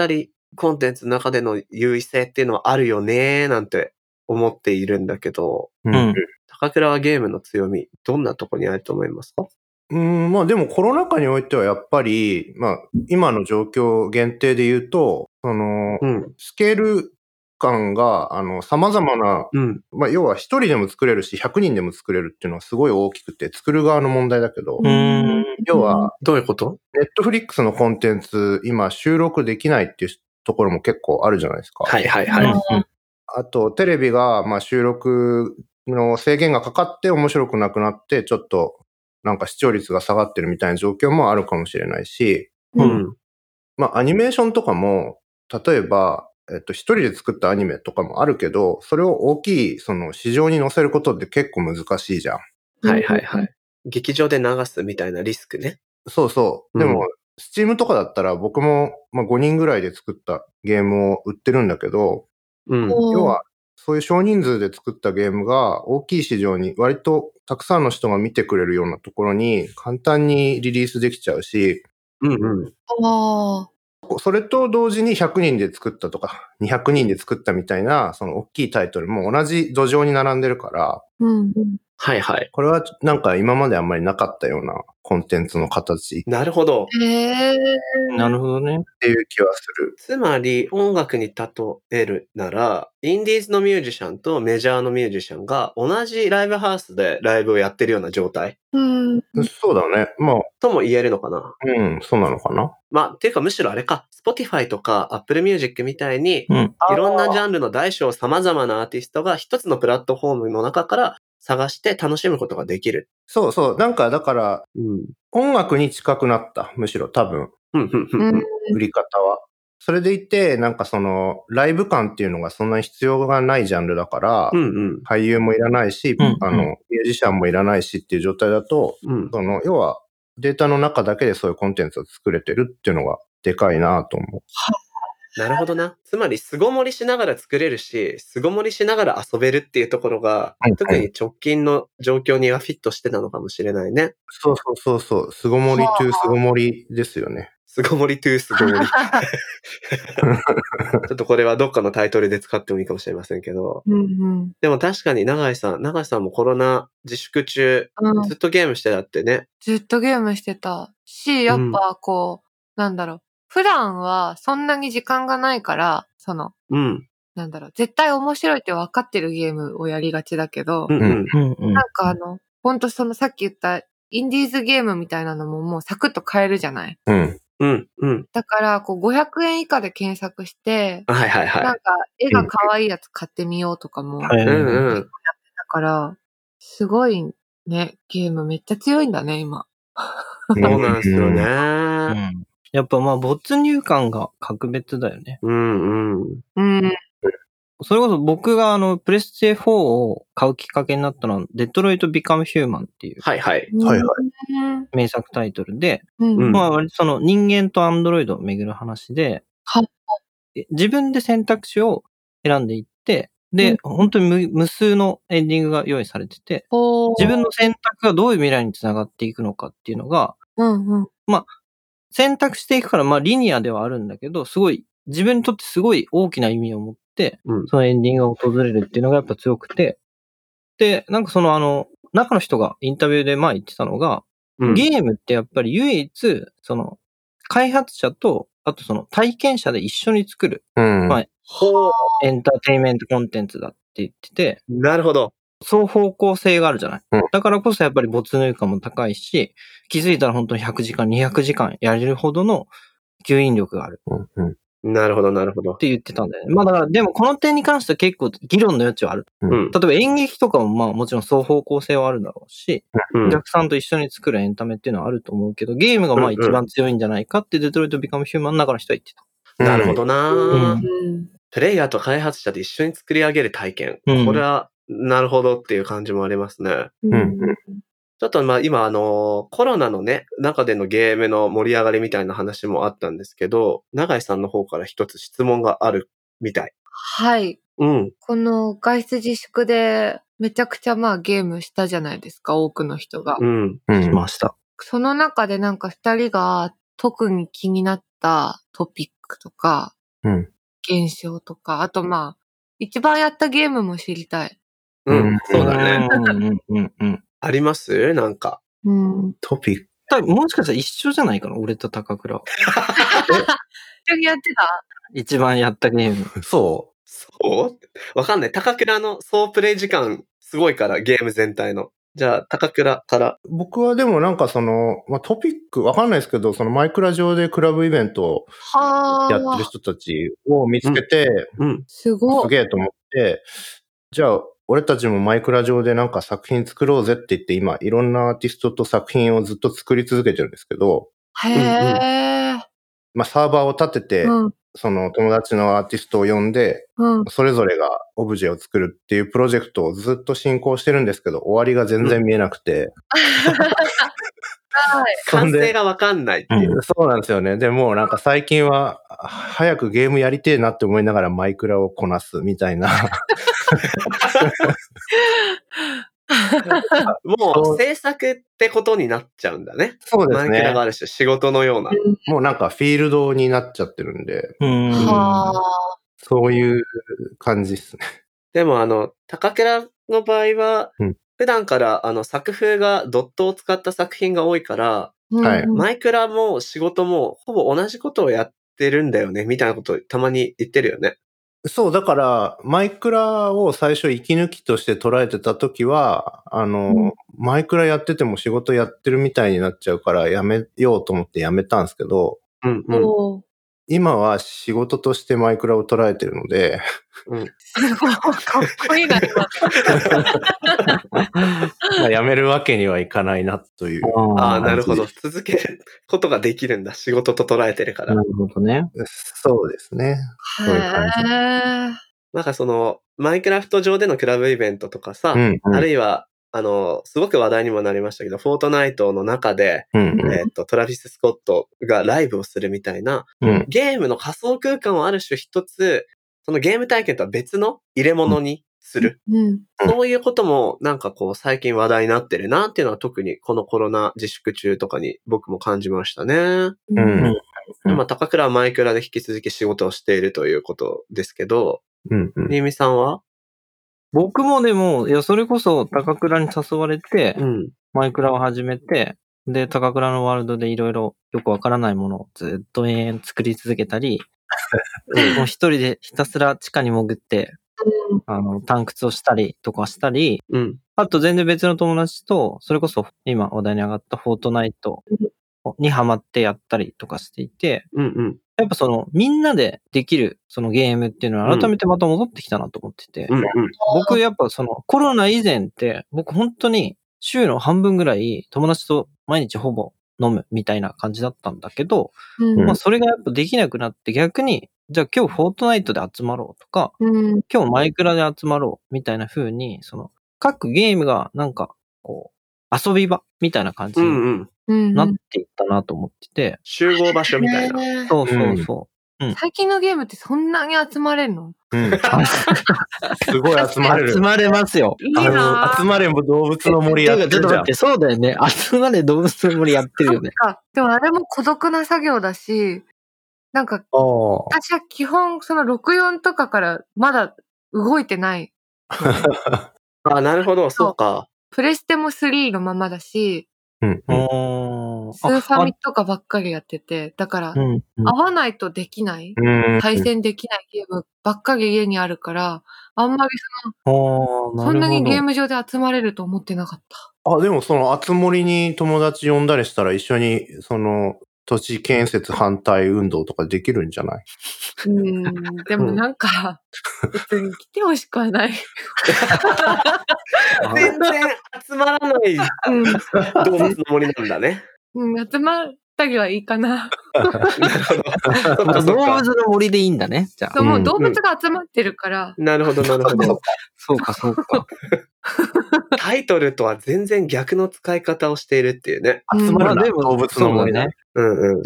Speaker 1: コンテンツの中での優位性っていうのはあるよねーなんて思っているんだけど、
Speaker 4: う
Speaker 3: うん
Speaker 4: ん。
Speaker 1: 高倉はゲームの強み、どんなとこにあると思いますか
Speaker 4: うん、まあでもコロナ禍においてはやっぱり、まあ今の状況限定で言うと、その
Speaker 1: う、ん。
Speaker 4: スケール感が、あの、様々な、
Speaker 1: うん。
Speaker 4: まあ要は一人でも作れるし、100人でも作れるっていうのはすごい大きくて、作る側の問題だけど、
Speaker 3: うん。
Speaker 4: 要は、
Speaker 1: どういうこと
Speaker 4: ネットフリックスのコンテンツ、今収録できないっていうところも結構あるじゃないですか。
Speaker 1: はいはい
Speaker 2: うん、
Speaker 1: はい。
Speaker 4: あと、テレビが、まあ、収録の制限がかかって面白くなくなって、ちょっと、なんか視聴率が下がってるみたいな状況もあるかもしれないし、
Speaker 2: う。
Speaker 1: うんん。
Speaker 4: まあ、アニメーションとかも、例えば、えっと、一人で作ったアニメとかもあるけど、それを大きい、その、市場に載せることって結構難しいじゃん。
Speaker 1: はいはいはい。劇場で流すみたいなリスクね。
Speaker 4: そうそう。
Speaker 1: う
Speaker 4: で
Speaker 1: ん
Speaker 4: も、スチームとかだったら僕も、まあ、5人ぐらいで作ったゲームを売ってるんだけど、
Speaker 1: うん。
Speaker 4: 要は、そういう少人数で作ったゲームが大きい市場に割とたくさんの人が見てくれるようなところに簡単にリリースできちゃうし、
Speaker 1: うんうん。
Speaker 2: あ
Speaker 4: それと同時に100人で作ったとか200人で作ったみたいなその大きいタイトルも同じ土壌に並んでるから、
Speaker 2: うん。
Speaker 1: はいはい。
Speaker 4: これはなんか今まであんまりなかったようなコンテンツの形っ
Speaker 1: なるほど。
Speaker 2: へえ。
Speaker 3: なるほどね。
Speaker 4: ていう気はする。
Speaker 1: つまり音楽に例えるなら、インディーズのミュージシャンとメジャーのミュージシャンが同じライブハウスでライブをやってるような状態
Speaker 2: うん。
Speaker 4: そうだね。まあ、
Speaker 1: とも言えるのかな
Speaker 4: うん、そうなのかな。
Speaker 1: まあ、ていうかむしろあれか、Spotify とか Apple Music みたいに、
Speaker 3: うん。
Speaker 1: いろんなジャンルの大小様々なアーティストが一つのプラットフォームの中から探して楽しむことができる。
Speaker 4: そうそう。なんかだから
Speaker 1: うん。
Speaker 4: 音楽に近くなった。むしろ多分。
Speaker 1: うん、うん、
Speaker 2: う
Speaker 1: うんん。。
Speaker 4: 売り方は。それでいて、なんかその、ライブ感っていうのがそんなに必要がないジャンルだから、
Speaker 1: うん、うん。
Speaker 4: 俳優もいらないし、
Speaker 3: うん
Speaker 4: あ
Speaker 3: う
Speaker 4: の、ミュージシャンもいらないしっていう状態だと、
Speaker 1: うん、
Speaker 4: その、要は、データの中だけでそういうコンテンツを作れてるっていうのが、でかいなと思
Speaker 1: なるほどな。つまり、凄盛りしながら作れるし、凄盛りしながら遊べるっていうところが
Speaker 4: はいはい、
Speaker 1: 特に直近の状況にはフィットしてたのかもしれないね。
Speaker 4: う。そうそうそうそう、すごもりというすごもりですよね。
Speaker 1: 凄盛りトゥー凄 盛り。 ちょっとこれはどっかのタイトルで使ってもいいかもしれませんけど。
Speaker 2: うん。
Speaker 1: でも確かに永井さん、永井さんもコロナ自粛中、
Speaker 2: うん。
Speaker 1: ずっとゲームしてたってね。
Speaker 2: ずっとゲームしてた。し、やっぱこう、なんだろう。普段はそんなに時間がないから、その、
Speaker 1: うん。
Speaker 2: なんだろう。絶対面白いって分かってるゲームをやりがちだけど、
Speaker 1: うんうん。
Speaker 3: うんうん
Speaker 2: なんかあの、ほんとそのさっき言ったインディーズゲームみたいなのももうサクッと買えるじゃない
Speaker 4: うん。
Speaker 1: うん。うん。
Speaker 2: だから、こう500円以下で検索して、
Speaker 1: はいはい
Speaker 2: なん
Speaker 1: は
Speaker 2: か絵が可愛いやつ買ってみようとかも、だ
Speaker 1: い。うんうん。
Speaker 2: から、すごいね、ゲームめっちゃ強いんだね、今。
Speaker 4: そう
Speaker 1: そうなんですよ
Speaker 3: う
Speaker 1: ね。
Speaker 3: んやっぱまあ没入感が格別だよね。
Speaker 1: うんうん。
Speaker 2: うん。
Speaker 3: それこそ僕があの、プレステ4を買うきっかけになったのは、デトロイト・ビカム・ヒューマンっていう
Speaker 1: はいはい。
Speaker 4: はいはい
Speaker 2: うん。
Speaker 3: 名作タイトルで、
Speaker 2: うん。
Speaker 1: うん
Speaker 3: まあ割とその人間とアンドロイドを巡る話で
Speaker 2: はい、
Speaker 3: で自分で選択肢を選んでいって、で、
Speaker 2: うん
Speaker 3: 本当に無無数のエンディングが用意されてて、
Speaker 2: こう
Speaker 3: 自分の選択がどういう未来につながっていくのかっていうのが、
Speaker 2: うんうん。
Speaker 3: 選択していくから、まあリニアではあるんだけど、すごい、自分にとってすごい大きな意味を持って、
Speaker 1: うん
Speaker 3: そのエンディングが訪れるっていうのがやっぱ強くて、で、なんかそのあの、中の人がインタビューで前言ってたのが、
Speaker 1: うん
Speaker 3: ゲームってやっぱり唯一、その、開発者と、あとその体験者で一緒に作る
Speaker 4: うん。
Speaker 3: はい
Speaker 1: ほう。
Speaker 3: エンターテインメントコンテンツだって言ってて、
Speaker 1: なるほど。
Speaker 3: 双方向性があるじゃない
Speaker 4: うん。
Speaker 3: だからこそやっぱり没入感も高いし、気づいたら本当に100時間、200時間やれるほどの吸引力がある。
Speaker 4: うんうん
Speaker 1: なるほど、なるほど
Speaker 3: っ。て言ってたんだよね。まあだから、でもこの点に関しては結構議論の余地はある。
Speaker 1: うん。
Speaker 3: 例えば演劇とかもまあもちろん双方向性はあるだろうし、
Speaker 1: う
Speaker 3: お
Speaker 1: ん。
Speaker 3: 客さんと一緒に作るエンタメっていうのはあると思うけど、ゲームがまあ
Speaker 1: うん
Speaker 3: 一
Speaker 1: うん
Speaker 3: 番強いんじゃないかってデトロイト・ビカム・ヒューマンの中の人は言ってた。
Speaker 1: なるほど
Speaker 2: う
Speaker 1: なん
Speaker 2: うん
Speaker 1: プレイヤーと開発者で一緒に作り上げる体験。
Speaker 3: うん
Speaker 1: これは、なるほどっていう感じもありますね。
Speaker 2: うん
Speaker 4: う
Speaker 1: ちょっとまあ今あの、コロナのね、中でのゲームの盛り上がりみたいな話もあったんですけど、永井さんの方から一つ質問があるみたい。
Speaker 2: はい。
Speaker 1: うん。
Speaker 2: この外出自粛で、めちゃくちゃまあゲームしたじゃないですか、多くの人が
Speaker 1: う。ん。
Speaker 4: うん。
Speaker 3: ました。
Speaker 2: その中でなんか二人が特に気になったトピックとか、
Speaker 4: うん
Speaker 2: 現象とか、あとまあ、一番やったゲームも知りたい。
Speaker 1: うん。
Speaker 4: うん
Speaker 1: そうだね。
Speaker 3: うんうんうんうん。
Speaker 1: ありますなんか。
Speaker 2: うん。
Speaker 4: トピック。
Speaker 3: 多分もしかしたら一緒じゃないかな、俺と高倉。
Speaker 2: 一緒にやってた
Speaker 3: 一番やったゲーム。
Speaker 4: そ
Speaker 1: そうわかんない。高倉の総プレイ時間すごいから、ゲーム全体の。じゃあ、高倉から。
Speaker 4: う僕はでもなんかその、まあ、トピックわかんないですけど、そのマイクラ上でクラブイベント
Speaker 2: は
Speaker 4: を
Speaker 2: あ。
Speaker 4: やってる人たちを見つけて、
Speaker 1: うん。
Speaker 2: すご
Speaker 4: す
Speaker 2: い。
Speaker 4: げえと思って、じゃあ俺たちもマイクラ上でなんか作品作ろうぜって言って今いろんなアーティストと作品をずっと作り続けてるんですけど、
Speaker 2: へえ。
Speaker 4: まあサーバーを立てて、
Speaker 2: うん。
Speaker 4: その友達のアーティストを呼んで、
Speaker 2: うん。
Speaker 4: それぞれがオブジェを作るっていうプロジェクトをずっと進行してるんですけど、終わりが全然見えなくて。そ
Speaker 1: 完
Speaker 4: ん
Speaker 1: 成
Speaker 4: で、
Speaker 1: がわかんないっていう。
Speaker 4: そうなんです よね。でもうなんか最近は、は早くゲームやりてえなって思いながらマイクラをこなすみたいな。
Speaker 1: もう制作ってことになっちゃうんだね。
Speaker 4: そうで
Speaker 1: マ
Speaker 4: す
Speaker 1: イクラ
Speaker 4: ね
Speaker 1: が。ある種、仕事のような。
Speaker 4: もうなんかフィールドになっちゃってるんで、
Speaker 3: うん。
Speaker 2: はあ。
Speaker 4: そういう感じですね。
Speaker 1: でも、あの、高倉の場合は
Speaker 4: うん、
Speaker 1: 普段からあの作風がドットを使った作品が多いから、
Speaker 2: うん
Speaker 4: はい
Speaker 1: マイクラも仕事もほぼ同じことをやってるんだよね、みたいなことをたまに言ってるよね。
Speaker 4: そう、だから、マイクラを最初息抜きとして捉えてた時は、あの、
Speaker 2: うん
Speaker 4: マイクラやってても仕事やってるみたいになっちゃうからやめようと思ってやめたんですけど、
Speaker 1: うんうん。
Speaker 2: おー
Speaker 4: 今は仕事としてマイクラを捉えてるので、
Speaker 2: すごい。かっこいいな、今。
Speaker 4: まあやめるわけにはいかないなという。
Speaker 1: ああ、なるほ
Speaker 4: う
Speaker 1: ど
Speaker 4: ん。
Speaker 1: 続けることができるんだ。仕事と捉えてるから。
Speaker 3: なるほどね。
Speaker 4: そうですね。ういう感
Speaker 2: へえ。
Speaker 4: じ
Speaker 1: なんかその、マイクラフト上でのクラブイベントとかさ、
Speaker 4: うん、う
Speaker 1: あ
Speaker 4: ん、
Speaker 1: るいは、あの、すごく話題にもなりましたけど、フォートナイトの中で、
Speaker 4: うん、
Speaker 1: えっと、トラビス・スコットがライブをするみたいな、
Speaker 4: うん、
Speaker 1: ゲームの仮想空間をある種一つ、そのゲーム体験とは別の入れ物にする。
Speaker 2: うん。
Speaker 4: うん
Speaker 1: そういうことも、なんかこう、最近話題になってるなっていうのは特にこのコロナ自粛中とかに僕も感じましたね。
Speaker 4: う
Speaker 2: うん
Speaker 4: ん、うん
Speaker 1: まあ、高倉はマイクラで引き続き仕事をしているということですけど、
Speaker 4: うん、うん。
Speaker 1: 新見さんは
Speaker 3: 僕もでも、いや、それこそ高倉に誘われて、
Speaker 1: うん。
Speaker 3: マイクラを始めて、で、高倉のワールドでいろいろよくわからないものをずっと永遠作り続けたり、もう一人でひたすら地下に潜って、あの、探掘をしたりとかしたり、
Speaker 1: うん。
Speaker 3: あと全然別の友達と、それこそ今話題に上がったフォートナイトにハマってやったりとかしていて、
Speaker 1: うんうん。
Speaker 3: やっぱそのみんなでできるそのゲームっていうのは改めてまた戻ってきたなと思ってて、
Speaker 1: うんうん。
Speaker 3: 僕やっぱそのコロナ以前って僕本当に週の半分ぐらい友達と毎日ほぼ飲むみたいな感じだったんだけど、
Speaker 2: うん
Speaker 3: まあそれがやっぱできなくなって逆にじゃあ今日フォートナイトで集まろうとか、
Speaker 2: うん
Speaker 3: 今日マイクラで集まろうみたいな風に、その各ゲームがなんかこう遊び場みたいな感じ
Speaker 1: う
Speaker 3: に
Speaker 1: んうん。
Speaker 2: うん
Speaker 3: なっていったなと思ってて、
Speaker 1: 集合場所みたいな。
Speaker 2: ねえ
Speaker 3: そうそうそう。
Speaker 2: 最近のゲームってそんなに集まれるの
Speaker 4: うん。すごい集まれ る
Speaker 3: 集。まれますよ。
Speaker 2: いいな
Speaker 4: あの、
Speaker 2: ぁ
Speaker 4: 集まれんぼ動物の森やって
Speaker 3: ていうかちょっと
Speaker 4: る
Speaker 3: 待
Speaker 4: じゃ
Speaker 3: っ
Speaker 4: ん。
Speaker 3: て、そうだよね。集まれ動物の森やってるよね。
Speaker 2: あでもあれも孤独な作業だし、なんか
Speaker 4: おー
Speaker 2: 私は基本その64とかからまだ動いてない。
Speaker 1: あ、なるほど、そうか。
Speaker 2: プレステも3のままだし、
Speaker 4: うん
Speaker 3: う
Speaker 4: うん
Speaker 3: ーん。
Speaker 2: スーファミ
Speaker 3: あ
Speaker 2: とかばっかりやってて、だから
Speaker 3: あうんうん
Speaker 2: 合わないとできない、
Speaker 4: うん。
Speaker 2: 対戦できないゲームばっかり家にあるから、あんまり
Speaker 3: あー
Speaker 2: そんなにゲー
Speaker 3: ム。
Speaker 2: ム上で集まれると思ってなかった。
Speaker 4: あ、でもその、あつ森に友達呼んだりしたら一緒に、その、土地建設反対運動とかできるんじゃない
Speaker 2: うん、でもなんか、別に来てほしくはない。
Speaker 4: あ
Speaker 1: 全然集まらない
Speaker 2: うん
Speaker 1: 動物の森なんだ ね。
Speaker 2: うん、集まったりはいいかな。
Speaker 1: なるほど。そっ
Speaker 3: まあ
Speaker 1: かそ
Speaker 3: 動
Speaker 1: っ
Speaker 3: 物
Speaker 1: か
Speaker 3: の森でいいんだね。じゃ
Speaker 2: そ
Speaker 3: あ。
Speaker 2: う、もううん動物が集まってるから、
Speaker 1: なるほ ど、なるほど。
Speaker 3: そうか、そうか。
Speaker 1: タイトルとは全然逆の使い方をしているっていうね。
Speaker 4: 集ま
Speaker 3: まあ
Speaker 4: るな、
Speaker 3: でも、
Speaker 4: 動物の森
Speaker 3: そう
Speaker 4: だ
Speaker 3: だ
Speaker 4: ね
Speaker 3: ね。。
Speaker 1: うんうん。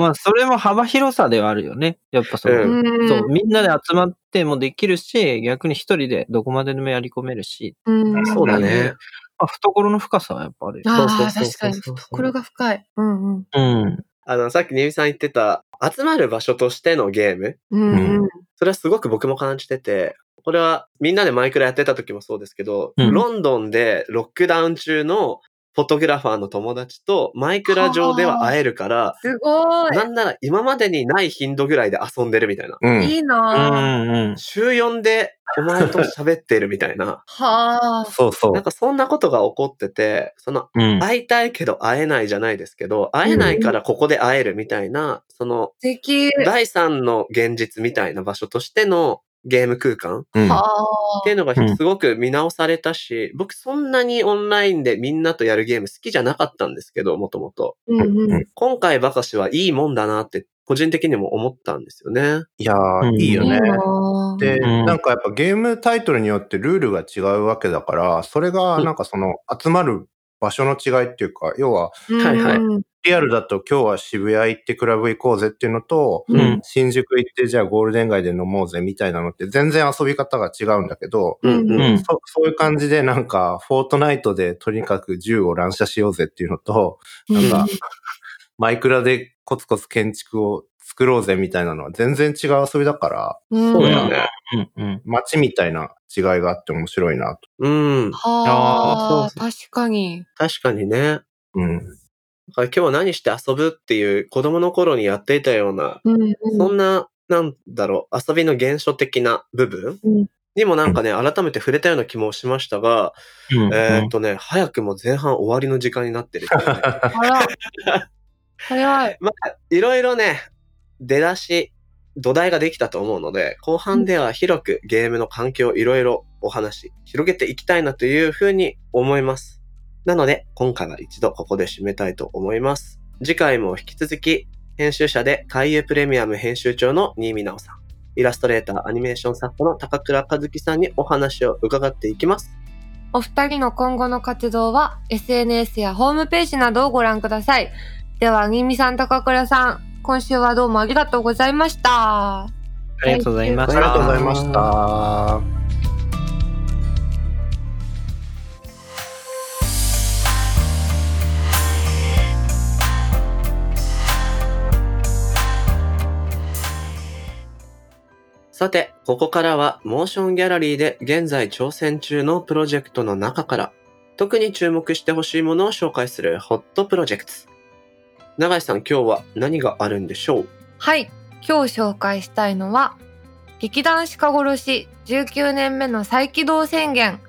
Speaker 3: まあ、それも幅広さではあるよね。やっぱそうの、
Speaker 2: うん
Speaker 3: そう、みんなで集まってもできるし、逆に一人でどこまででもやり込めるし、
Speaker 2: うん
Speaker 1: そうだね。
Speaker 3: まあ、懐の深さはやっぱあるよ。
Speaker 2: あ
Speaker 1: そう
Speaker 2: あ、
Speaker 1: そうそう
Speaker 2: 確
Speaker 1: そ
Speaker 2: か
Speaker 1: う
Speaker 2: に。懐が深い。うんうん。
Speaker 3: うん。
Speaker 1: あの、さっきネビさん言ってた、集まる場所としてのゲーム。
Speaker 2: うんうん。
Speaker 1: それはすごく僕も感じてて、これはみんなでマイクラやってた時もそうですけど、
Speaker 3: うん
Speaker 1: ロンドンでロックダウン中のフォトグラファーの友達とマイクラ上では会えるから、
Speaker 2: すご
Speaker 1: なんなら今までにない頻度ぐらいで遊んでるみたいな。
Speaker 4: う
Speaker 2: い。
Speaker 4: ん。
Speaker 2: いいうなぁ。。
Speaker 3: んうん。
Speaker 1: 週4でお前と喋ってるみたいな
Speaker 2: はあ。
Speaker 4: そうそう
Speaker 1: なん。かそんなことが起こってて、その
Speaker 3: うん。
Speaker 1: 会いたいけど会えないじゃないですけど、会えないからここで会えるみたいな、その
Speaker 2: 素敵。
Speaker 1: 第三の現実みたいな場所としてのゲーム空間
Speaker 4: うん
Speaker 2: はあ
Speaker 1: っていうのが
Speaker 3: うん
Speaker 1: すごく見直されたし、僕そんなにオンラインでみんなとやるゲーム好きじゃなかったんですけど、もともと。
Speaker 2: うんうん。
Speaker 1: 今回ばかしはいいもんだなって個人的にも思ったんですよね。
Speaker 4: いやー、
Speaker 3: うん
Speaker 4: いいよ
Speaker 2: いい
Speaker 4: ね。
Speaker 2: なぁ
Speaker 4: で、
Speaker 3: うん
Speaker 4: なんかやっぱゲームタイトルによってルールが違うわけだから、それがなんかその集まる場所の違いっていうか、要
Speaker 1: は
Speaker 4: は
Speaker 1: いはい
Speaker 2: うん
Speaker 4: リアルだと今日は渋谷行ってクラブ行こうぜっていうのと、
Speaker 2: うん
Speaker 3: うん
Speaker 4: 新宿行ってじゃあゴールデン街で飲もうぜみたいなのって全然遊び方が違うんだけど、
Speaker 1: うん
Speaker 2: う
Speaker 1: うんん。
Speaker 3: うん
Speaker 4: そそういう感じでなんかフォートナイトでとにかく銃を乱射しようぜっていうのと、なんかマイクラでコツコツ建築を作ろうぜみたいなのは全然違う遊びだから、
Speaker 2: うん
Speaker 1: そうだよね。
Speaker 3: うんうん。
Speaker 4: 街みたいな違いがあって面白いなと。
Speaker 1: うん。あ
Speaker 2: は
Speaker 1: ー
Speaker 2: あ。確かに。
Speaker 1: 確かにね。
Speaker 4: うん。
Speaker 1: だから今日は何して遊ぶっていう子供の頃にやっていたような、
Speaker 2: うんうん。
Speaker 1: そんな、なんだろう、遊びの原初的な部分
Speaker 2: うん
Speaker 1: にもなんかね、改めて触れたような気もしましたが、
Speaker 3: うん
Speaker 1: えーっとね、早くも前半終わりの時間になってるっていうね、
Speaker 2: あ ら。早い。
Speaker 1: まあ、いろいろね、出だし、土台ができたと思うので、後半では広くゲームの環境をいろいろお話し、広げていきたいなというふうに思います。なので、今回は一度ここで締めたいと思います。次回も引き続き、編集者で海遊プレミアム編集長の新見直さん、イラストレーター、アニメーション作家の高倉和樹さんにお話を伺っていきます。
Speaker 2: お二人の今後の活動は SNS やホームページなどをご覧ください。では、にみさん、高倉さん、今週はどうもありがとうございました。
Speaker 3: ありがとうございま
Speaker 4: あ
Speaker 3: し
Speaker 4: り
Speaker 3: た。
Speaker 4: がとうございました。
Speaker 1: さて、ここからはモーションギャラリーで現在挑戦中のプロジェクトの中から特に注目してほしいものを紹介するホットプロジェクト。永井さん、今日は何があるんでしょう
Speaker 2: はい今日紹介したいのは劇団鹿殺し19年目の再起動宣言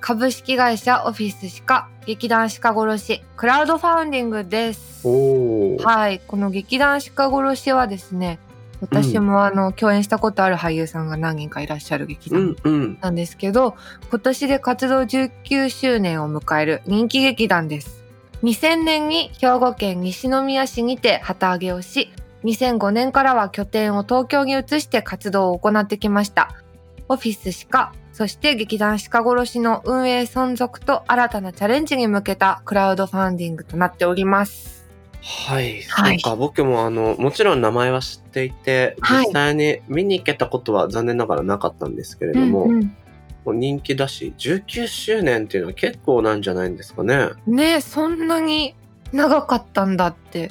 Speaker 2: 株式会社オフィス鹿劇団鹿殺しクラウドファウンディングです
Speaker 1: おー。
Speaker 2: はいこの劇団鹿殺しはですね私もあの、共演したことある俳優さんが何人かいらっしゃる劇
Speaker 1: う
Speaker 2: 団
Speaker 1: んうん。
Speaker 2: なんですけど、今年で活動19周年を迎える人気劇団です。2000年に兵庫県西宮市にて旗揚げをし、2005年からは拠点を東京に移して活動を行ってきました。オフィス歯科、そして劇団歯科殺しの運営存続と新たなチャレンジに向けたクラウドファンディングとなっております。
Speaker 1: はい、
Speaker 2: はい
Speaker 1: そうか、僕もあの、もちろん名前は知っていて、
Speaker 2: はい
Speaker 1: 実際に見に行けたことは残念ながらなかったんですけれども、
Speaker 2: うんうん
Speaker 1: もう人気だし、19周年っていうのは結構なんじゃないんですかね。
Speaker 2: ねえそんなに長かったんだって、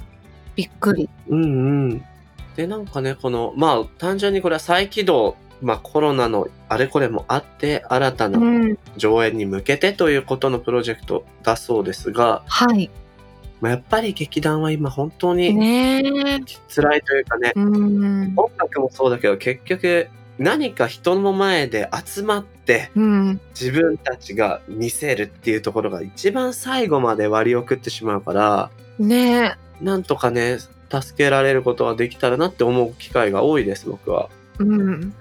Speaker 2: びっくり。
Speaker 1: うんうん。で、なんかね、この、まあ、単純にこれは再起動、まあ、コロナのあれこれもあって、新たな
Speaker 2: うん、
Speaker 1: 上演に向けてということのプロジェクトだそうですが、
Speaker 2: はい。
Speaker 1: まあ、やっぱり劇団は今本当に
Speaker 2: ねえ。
Speaker 1: 辛いというかね、
Speaker 2: うん。
Speaker 1: 音楽もそうだけど、結局、何か人の前で集まって
Speaker 2: うん。
Speaker 1: 自分たちが見せるっていうところが一番最後まで割り送ってしまうから、
Speaker 2: ねえ。
Speaker 1: なんとかね、助けられることができたらなって思う機会が多いです、僕は。
Speaker 2: うん。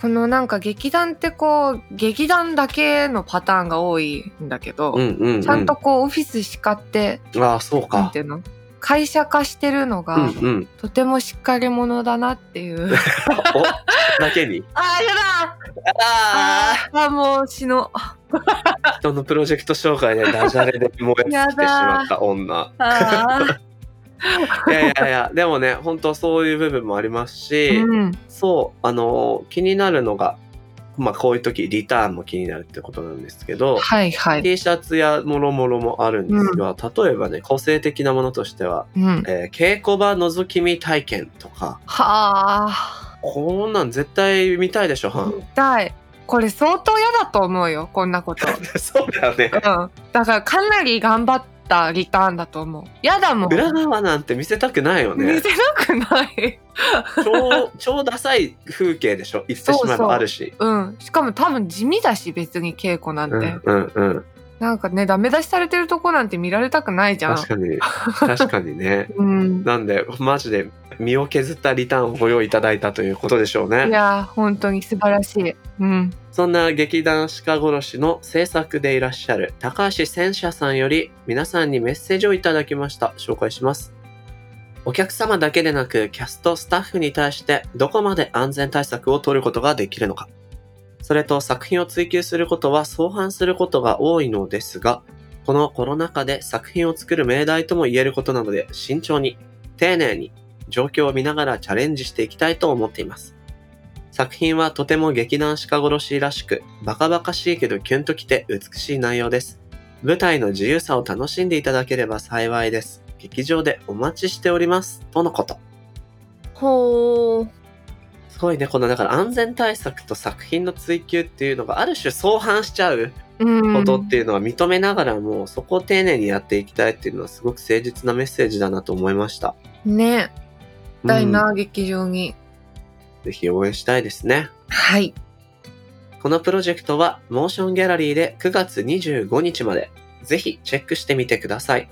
Speaker 2: このなんか劇団ってこう、劇団だけのパターンが多いんだけど、
Speaker 1: うんうん、うん。
Speaker 2: ちゃんとこう、オフィス叱って、
Speaker 1: ああ、そう
Speaker 2: なん
Speaker 1: か
Speaker 2: て。いうの会社化してるの
Speaker 1: うん
Speaker 2: が、
Speaker 1: うん。
Speaker 2: とてもしっかり者だなっていう。
Speaker 1: お、だけに。
Speaker 2: あー、やだ
Speaker 1: あ
Speaker 2: あー、もう死のう。
Speaker 1: あ人のプロジェクト紹介でダジャレで燃え尽きてし
Speaker 2: やだー
Speaker 1: まった女。
Speaker 2: あ
Speaker 1: いやいやいや、でもね、本当そういう部分もありますし、
Speaker 2: ー。うん。
Speaker 1: そう、あの、気になるのが、まあこういう時、リターンも気になるってことなんですけど、
Speaker 2: はいはい。
Speaker 1: T シャツやもろもろもあるんですが、例えばね、個性的なものとしては、
Speaker 2: うん。
Speaker 1: えー稽古場覗き見体験とか、
Speaker 2: はあ。
Speaker 1: こんなん絶対見たいでしょ、ハン。
Speaker 2: 痛い。これ相当嫌だと思うよ、こんなこと。
Speaker 1: そうだよね。
Speaker 2: うん、だからかなり頑張ったリターンだと思う。やだもん。
Speaker 1: 裏側なんて見せたくないよね
Speaker 2: 見。せなくない。
Speaker 1: 超、超ダサい風景でしょ言ってしまえばあるし。
Speaker 2: うん。しかも多分地味だし、別に稽古なんて。
Speaker 1: うんうんうん。
Speaker 2: なんかね、ダメ出しされてるとこなんて見られたくないじゃん
Speaker 1: 確。かに、確かにね。
Speaker 2: うん。
Speaker 1: なんで、マジで身を削ったリターンをご用意いただいたということでしょう
Speaker 2: い
Speaker 1: ね。
Speaker 2: やー、本当に素晴らしい。うん。
Speaker 1: そんな劇団鹿殺しの制作でいらっしゃる高橋戦車さんより皆さんにメッセージをいただきました。紹介します。お客様だけでなくキャスト、スタッフに対してどこまで安全対策を取ることができるのか。それと作品を追求することは相反することが多いのですが、このコロナ禍で作品を作る命題とも言えることなので慎重に、丁寧に、状況を見ながらチャレンジしていきたいと思っています。作品はとても劇団鹿殺しらしく、バカバカしいけどキュンときて美しい内容です。舞台の自由さを楽しんでいただければ幸いです。劇場でお待ちしております。とのこと。
Speaker 2: ほー。
Speaker 1: すごいね、このだから安全対策と作品の追求っていうのがある種相反しちゃう
Speaker 2: うん。
Speaker 1: ことっていうのは認めながらも、そこを丁寧にやっていきたいっていうのはすごく誠実なメッセージだなと思いました。
Speaker 2: ね。だい
Speaker 1: うん
Speaker 2: な、劇場に。
Speaker 1: ぜひ応援したいですね。
Speaker 2: はい。
Speaker 1: このプロジェクトはモーションギャラリーで9月25日まで、ぜひチェックしてみてください。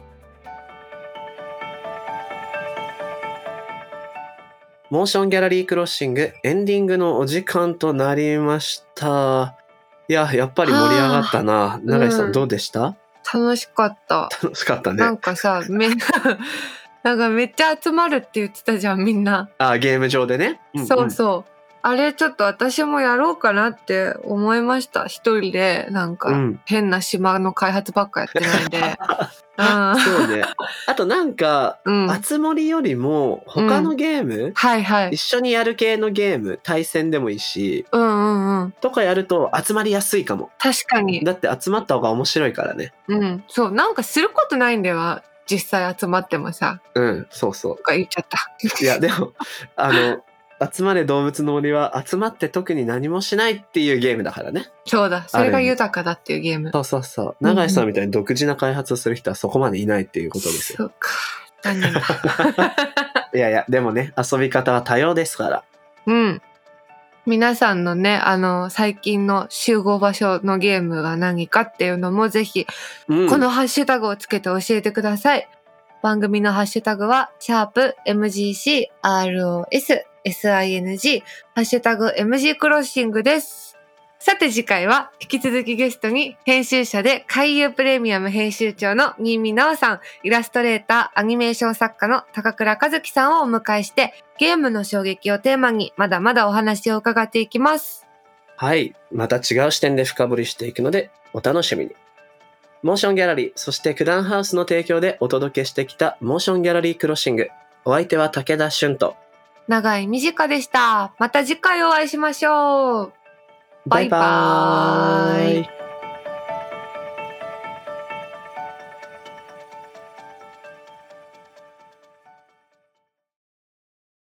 Speaker 1: モーションギャラリークロッシングエンディングのお時間となりました。いや、やっぱり盛り上がったな。永井さん、
Speaker 2: うん
Speaker 1: どうでした
Speaker 2: 楽しかった。
Speaker 1: 楽しかった
Speaker 2: な
Speaker 1: ね
Speaker 2: ん。 かさ、め、なんかめっちゃ集まるって言ってたじゃん、みんな。
Speaker 1: あ、ゲーム上でね。んん
Speaker 2: そうそう。あれちょっと私もやろうかなって思いました。一人でなん
Speaker 1: う
Speaker 2: か
Speaker 1: ん。
Speaker 2: 変な島の開発ばっかやってないん で。
Speaker 1: そう ね。あとなんか、
Speaker 2: うん。うん。は
Speaker 1: 熱盛よりも他のゲーム、
Speaker 2: いはい
Speaker 1: 一。緒にやる系のゲーム、対戦でもいいし、
Speaker 2: うんうんうん。
Speaker 1: とかやると集まりやすいかも。
Speaker 2: 確かに。
Speaker 1: だって集まった方が面白いからね。
Speaker 2: うん。そう。なんかすることないんだよ。実際集まってもさ。
Speaker 1: うん、そうそ
Speaker 2: とか言っちゃった。
Speaker 1: う。いや、でも、あの、集まれ動物の森は集まって特に何もしないっていうゲームだからね。
Speaker 2: そうだ。それが豊かだっていうゲーム。
Speaker 1: そうそうそう。永井さんみたいに独自な開発をする人はそこまでいないっていうことですよ。
Speaker 2: そうか。残念だ。
Speaker 1: いやいや、でもね、遊び方は多様ですから。
Speaker 2: うん。皆さんのね、あの、最近の集合場所のゲームが何かっていうのもぜひ、
Speaker 1: うん。
Speaker 2: このハッシュタグをつけて教えてください。番組のハッシュタグは、シャープ MGC、ROS、SING、ハッシュタグ MG クロッシングです。さて次回は、引き続きゲストに、編集者で海遊プレミアム編集長の新見奈緒さん、イラストレーター、アニメーション作家の高倉和樹さんをお迎えして、ゲームの衝撃をテーマに、まだまだお話を伺っていきます。
Speaker 1: はい。また違う視点で深掘りしていくので、お楽しみに。モーションギャラリー、そして九段ハウスの提供でお届けしてきたモーションギャラリークロッシング。お相手は武田俊と。
Speaker 2: 長い短でした。また次回お会いしましょう。バイバーイ。